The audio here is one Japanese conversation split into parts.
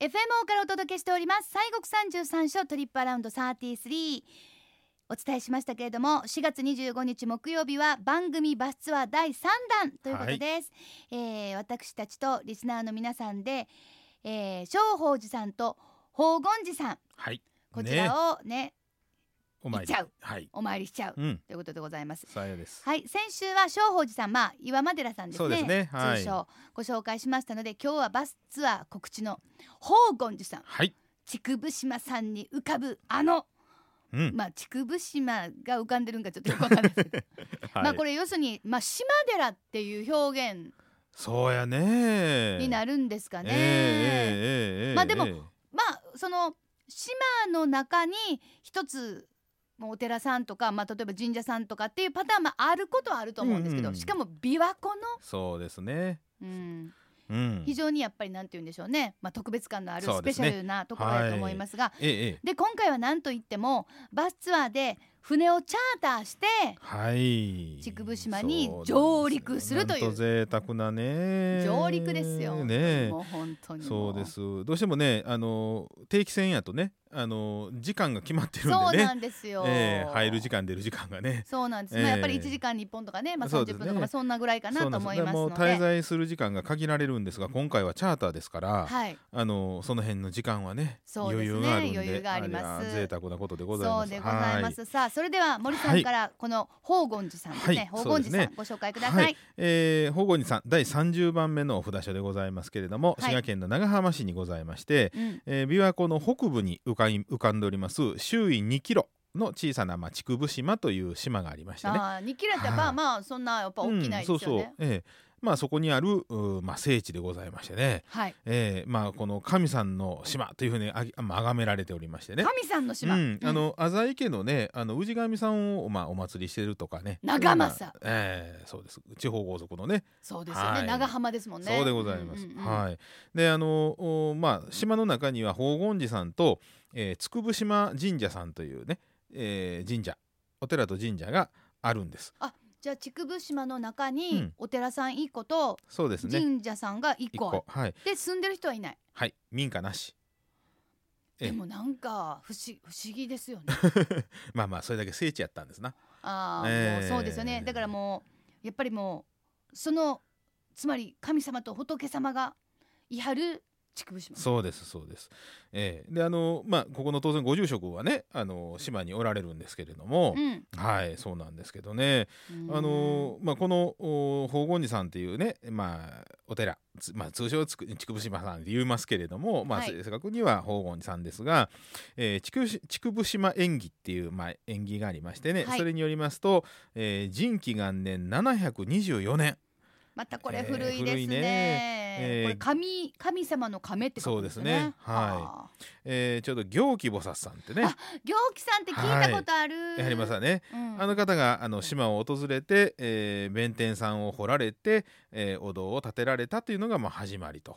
FMO からお届けしております西国33所トリップアラウンド33お伝えしましたけれども4月25日木曜日は番組バスツアー第3弾ということです、えー私たちとリスナーの皆さんで、えー、正宝寺さんと宝厳寺さんはい。こちらをねお行っ参ちり。ゃうはい。お参りしちゃううん。ということでございますさよです。はい先週は正宝寺さんまあ岩間寺さんですねそうですねはい通称ご紹介しましたので今日はバスツアー告知の宝厳寺さんはい。竹生島さんに浮かぶあのうん。まあ竹生島が浮かんでるんかちょっとよくわかんないですけど、まはあいこ。れ要するにまあ島寺っていう表現そうやね。になるるんですかね、ええええええまあでもええまあその島の中に一つまあお寺さんとか、まあ、例えば神社さんとかっていうパターンもあることはあると思うんですけど、うんうんしかも琵琶湖そうですね。の、うん、うん。非常にやっぱりなんて言うんでしょうね、まあ、特別感のあるそスうでペすシねャルなところだと思いますがええええ。で今回は何といってもバスツアーで船をチャーターしてはい。竹生島にそうなんですよ上陸するというなんと贅沢なね。上陸ですよ、ねえ。もう本当にもそうですどうしてもねあの定期船やとねあの時間が決まってるんでねそうなんですよ、ええ入る時間出る時間がねそうなんです、ええまあ、やっぱり1時間に1本とかね、まあ、そう30です分ねとか、まあ、そんなぐらいかなそとうなん思いでますものうで滞在する時間が限られるんですが今回はチャーターですから、はい、あのその辺の時間はねそうですね余裕があるんで余裕がありますれは贅沢なことでございそまうすでございます。さあ、それでは森さはんいからこの宝厳寺さんですね、はい宝厳寺さん、そご紹介くださ。はいい、えー、保護にさん第30番目のお札所でございますけれども、はい滋賀県の長浜市にございまして、うん、えー、琵琶湖の北部に浮かい浮かんでおります周囲2キロの小さな町久部島という島がありましてねああ、2キロやったら、まあ、はいまあ、そんなやっぱ大きないですよね。うん、そうそう、ええまあ、そこにある、うーまあ、聖地でございましてね、はい、ええまあ、この神さんの島というふうにあぎまあ崇められておりましてね。神さんの島。うん、あの浅井家のねあの氏神さんを、まあ、お祭りしてるとかね長政まあええそうです地方豪族のねそうですよね、はい長浜ですもんね。そうでございます、うんうんうんはいであのおまあ島の中には宝厳寺さんと、えー、つくぶ島神社さんというね、えー神社お寺と神社があるんですじゃあ、竹生島の中うにん、お寺さん1個と、そうですね神社さんが1一個。個はいで、住んでる人はいない。はい民家なしええでも、なんか、不思、不思議ですよ ね。まあまあそれだけ聖地やったんですなああ、えもうえそうですよねだからもうやっぱりもうそのつまり神様と仏様がいはる竹生島そうですそうですええであのまあここの当然ご住職はねあの島におられるんですけれども、うん、はいそうなんですけどねあのまあ、このお宝厳寺さんっていうね、まあ、お寺、つまあ、通称つく筑部島さんって言いますけれども、まあはい正確には宝厳寺さんですが、えー、筑紫筑部島縁起っていう、まあ、縁起がありましてね、はいそれによりますと、えー、仁紀元年724年またこれえー古いですね,、古いねえーこれ神神様の亀って書くんですよねそうですねはいはえーちょうど行基菩薩さんってねああ行基さんって聞いたことある、やはりまさね、うんあの方があの島を訪れて、えー弁天さんを掘られて、えーお堂を建てられたというのがまあ始まりと。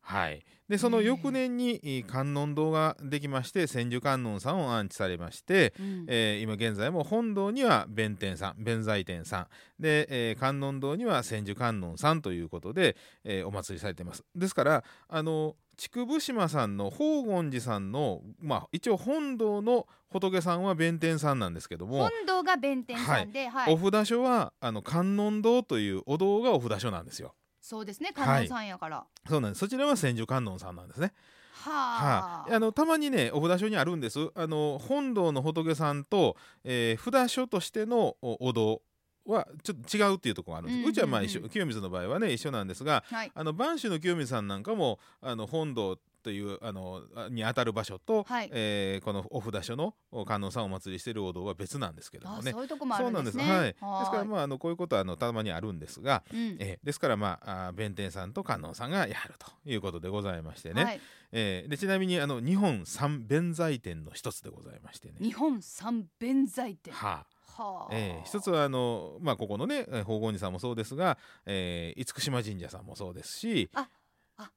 はい、でその翌年にえー観音堂ができまして千手観音さんを安置されまして、うんえー今現在も本堂には弁天さん弁財天さんで、えー観音堂には千手観音さんということで、えーお祭りされてます。ですからあの筑部島さんの宝厳寺さんの、まあ、一応本堂の仏さんは弁天さんなんですけども本堂が弁天さんで、はいお札所はあの観音堂というお堂がお札所なんですよ。そうですね観音さんやから、はそうなんです。そちらは千手観音さんなんですね。あ、はい。あのたまにねお札所にあるんです。あの本堂の仏さんと、えー札所としてのおお堂はちょっと違うっていうところがあるんです。うんううんうんちはまあ一緒清水の場合はね一緒なんですが、はいあの播州の清水さんなんかもあの本堂というあのあにあたる場所と、はいえーこのお札所のお観音さんをお祭りしているお堂は別なんですけどあもね。そういうとこもあそるうんなんでですす。ねはい。ですからはいまああのこういうことはあのたまにあるんですが、うんえーですからまああー弁天さんと観音さんがやるということでございましてね。はいえーでちなみにあの日本三弁財天の一つでございましてね。日本三弁財天ははああ、えー一つはあの、まあ、ここのねえー宝厳寺さんもそうですが、えー、厳島神社さんもそうですしあ、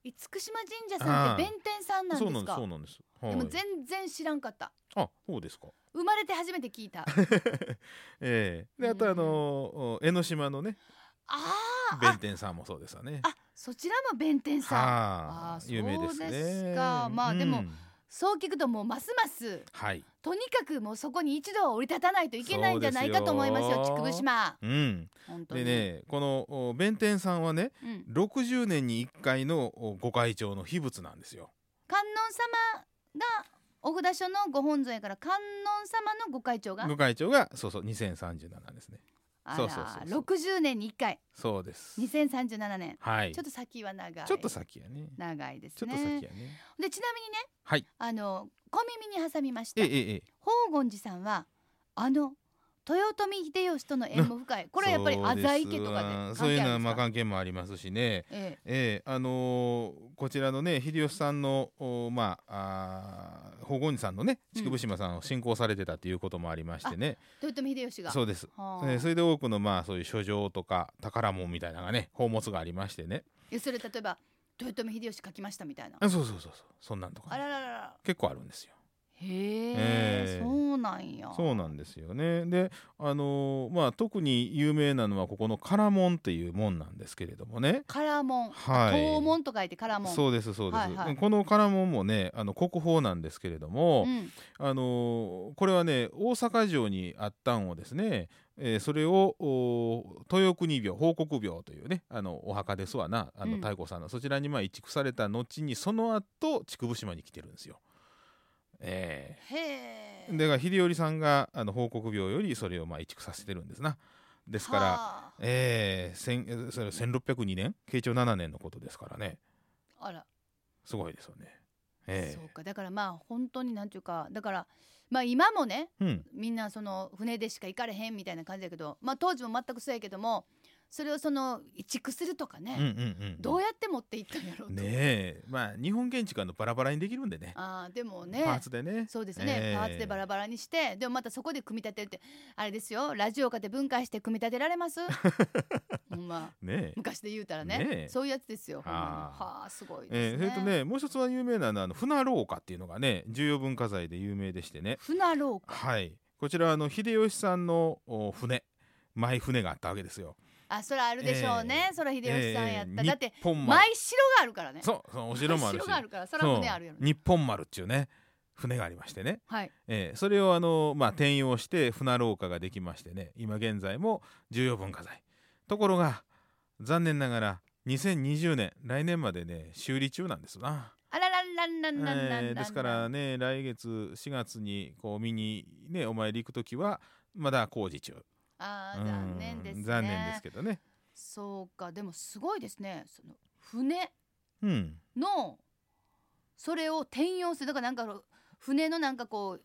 厳島神社さんってああ弁天さんなんでそうなすんでかすそうなんです。はいでも全然知らんかったあそうですか。生まれて初めて聞い たあえーであとあのー江ノ島のねああ弁天さんもそうですよね。あそちらも弁天さん、はああー有名ですねそうですかまあでもうんそう聞くともうますますはいとにかくもうそこに一度は降り立たないといけないんじゃないかと思いますよそうですよ筑部島うん、本当でに、ねこのお弁天さんはねうん、 60年に1回のおご開帳の秘仏なんですよ。観音様がお札所のご本尊やから観音様のご会長がご開帳がそうそう2037ですね。あらそうそうそうそう60年に1回そうです。 2037年はい。ちちょょっと先は長いっと先やね。長いですちょっねと先やね。でちなみにね、はいあの小耳に挟みましたええええ。宝厳寺さんはあの豊臣秀吉との縁も深 いこれはやっぱりそうですわ浅井家とかで関係あるんですかそういうのはまあ関係もありますしね。えええあのーこちらのね秀吉さんのおまああー宝厳寺さんのねうん筑部島さんを信仰されてたということもありましてね、え、豊臣秀吉がそうです、はえあーそれで多くのまあそういう書状とか宝物みたいなのがね宝物がありましてねえそれ例えば豊臣秀吉書きましたみたいなあそうそうそうそうそんなんとかあね、らららら結構あるんですよ。へえ、ええそうなんやそうなんですよねであのーまあ特に有名なのはここの唐門っていう門なんですけれどもねカラモンはい東門と書いてカラモンそうですそうです、はいはいこの唐門もねあの国宝なんですけれども、うんあのーこれはね大阪城にあったんをですね、えーそれをおー豊国廟報国廟というねあのお墓ですわなあうのん太閤さんの、そちらにまあ移築された後にその後筑部島に来てるんですよ。えへええでが秀頼さんがあの報国廟よりそれをまあ移築させてるんですな。ですから、はええ千えそれ1602年慶長7年のことですからねああらすごいですよね。えそうえかだからまあ本当になんていうかだからまあ今もねうん、みんなその船でしか行かれへんみたいな感じだけどまあ当時も全くそうやけどもそれをその移築するとかね、うんうんうんどうやって持っていったんやろうと、ねえまあ日本建築はあのバラバラにできるんでねあーでもねパーツでねそうですよね、ええパーツでバラバラにしてでもまたそこで組み立てるってあれですよラジオ化で分解して組み立てられます ほんまねえ昔で言うたらねねえそういうやつですよほんまにはあはあすごいえですえそね,、れとねもう一つは有名なのはあの船廊下っていうのがね重要文化財で有名でしてね船廊下はいこちらはあの秀吉さんのお船舞船があったわけですよ。あそれあるでしょうね、ええそれ秀吉さんやった、ええだって日本舞丸城があるからねそうそうお城もあるし舞があるからそら船あるやろそう日本丸っていうね船がありましてね、はいええそれをあの、まあ、転用して船廊下ができましてね今現在も重要文化財ところが残念ながら2020年来年までね修理中なんですな、あららららららららええですからね来月4月にこう見にねお参り行く時はまだ工事中あうー残ん念ですね残念ですけどねそうかでもすごいですねその船うんのそれを転用するだからなんかこう船のなんかこう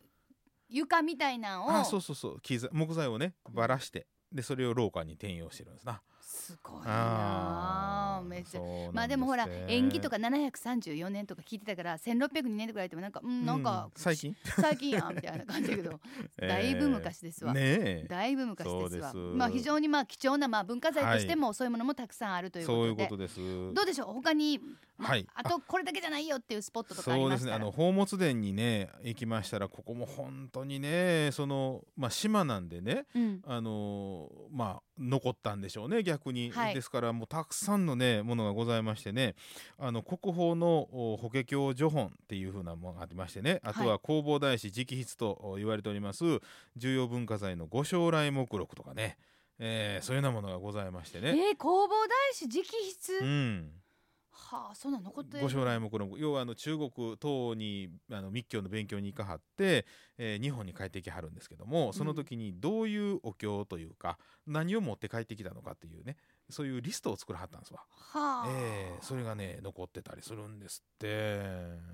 床みたいなんをあそうそうそう木材木材をねばらしてでそれを廊下に転用してるんですなすごいなあーめっちそゃうなんですまあでもほらね縁起とか734年とか聞いてたから1602年とか言ってもなんかうんなんか、う最近最近やんみたいな感じだけ どだいぶ昔ですわねえだいぶ昔ですわそうですまあ非常にまあ貴重なまあ文化財としてもそういうものもたくさんあるということで、そういうことです。どうでしょう他に、まはいあとこれだけじゃないよっていうスポットとかありそうまでしすね。たあらの宝物殿にね行きましたらここも本当にねそのまあ島なんでねうんあのーまあ残ったんでしょうね逆に、はいですからもうたくさんのねものがございましてねあの国宝のお法華経序本っていう風なものがありましてねあとは弘法大師直筆とお言われております重要文化財のご将来目録とかね、えーそういうようなものがございましてえーね。弘法大師直筆、うんはあそんなの残ってるご将来もこの要はあの中国等にあの密教の勉強に行かはって、えー日本に帰ってきはるんですけどもその時にどういうお経というか、何を持って帰ってきたのかっていうねそういうリストを作らはったんですわ。はあ、えーそれがね残ってたりするんですって。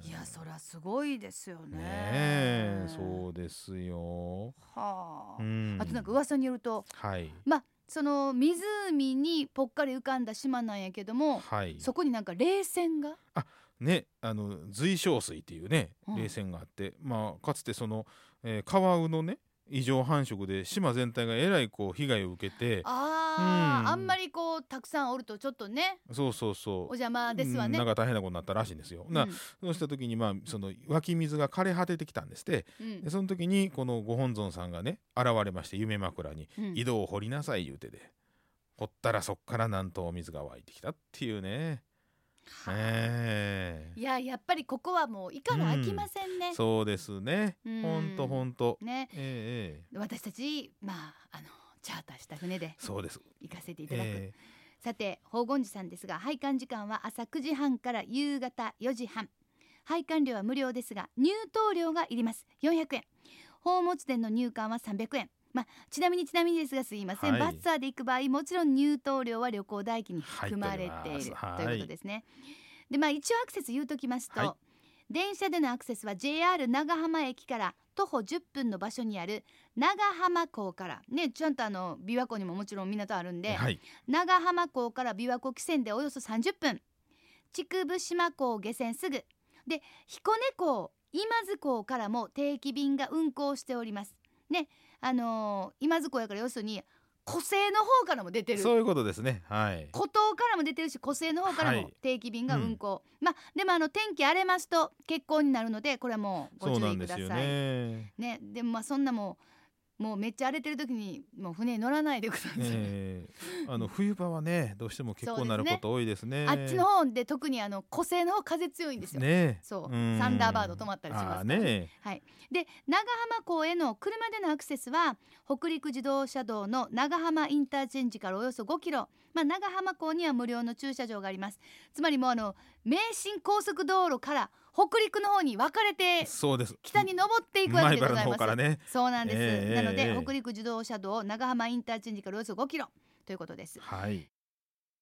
いやそりゃすごいですよねねえそうですよ。はあ、うん、あとなんか噂によるとはいまあその湖にぽっかり浮かんだ島なんやけどもはいそこになんか冷戦がね、あの随小水っていうねうん冷泉があって、まあ、かつてその、えーカワウのね異常繁殖で島全体がえらいこう被害を受けてあ、うんああんまりこうたくさんおるとちょっとねそうそうそおう邪魔ですわね。うんなんか大変なことになったらしいんですよ。なそうした時に、まあ、その湧き水が枯れ果ててきたんですってうんうんでその時にこのご本尊さんがね現れまして夢枕にうん井戸を掘りなさい言うてで掘ったらそっからなんとお水が湧いてきたっていうねええいややっぱりここはもう以下は飽きませんね。そうですね。うんほんとほんと。ねええええ私たちまああのチャーターした船でそうです。行かせていただく、えさて宝厳寺さんですが拝観時間は朝9時半から夕方4時半拝観料は無料ですが入湯料がいります400円宝物殿の入館は300円まあ、ちなみにちなみにですがすいません、はいバスツアーで行く場合もちろん入湯料は旅行代金に入って含おりまますれているはいということですね。でまあ一応アクセス言うときますと、はい電車でのアクセスは JR 長浜駅から徒歩10分の場所にある長浜港からねちゃんとあの琵琶湖にももちろん港あるんえで、はい。長浜港から琵琶湖汽船でおよそ30分筑部島港を下船すぐで彦根港今津港からも定期便が運航しておりますねあのー今津港やから要するに湖西の方からも出てるそういうことですね。はい。湖東からも出てるし湖西の方からはもい定期便が運航、まあでもあの天気荒れますと欠航になるのでこれはもうごそう注な意んくでだすさいよ ね。ねでもまあそんなもうもうめっちゃ荒れてる時にもう船に乗らないでください、ええあの冬場はね、どうしても結構なること多いですね。あっちの方で特にあの湖西の方風強いんですよ。ねえそう、んサンダーバード止まったりしますかあらあね。ねで長浜港への車でのアクセスは北陸自動車道の長浜インターチェンジからおよそ5キロ、まあ、長浜港には無料の駐車場がありますつまりもうあの名神高速道路から北陸の方に分かれてそうです。北に登っていくわけでござい前原のま方すからね。そうなんです、ええなのでええ北陸自動車道長浜インターチェンジからおよそ5キロということですはい。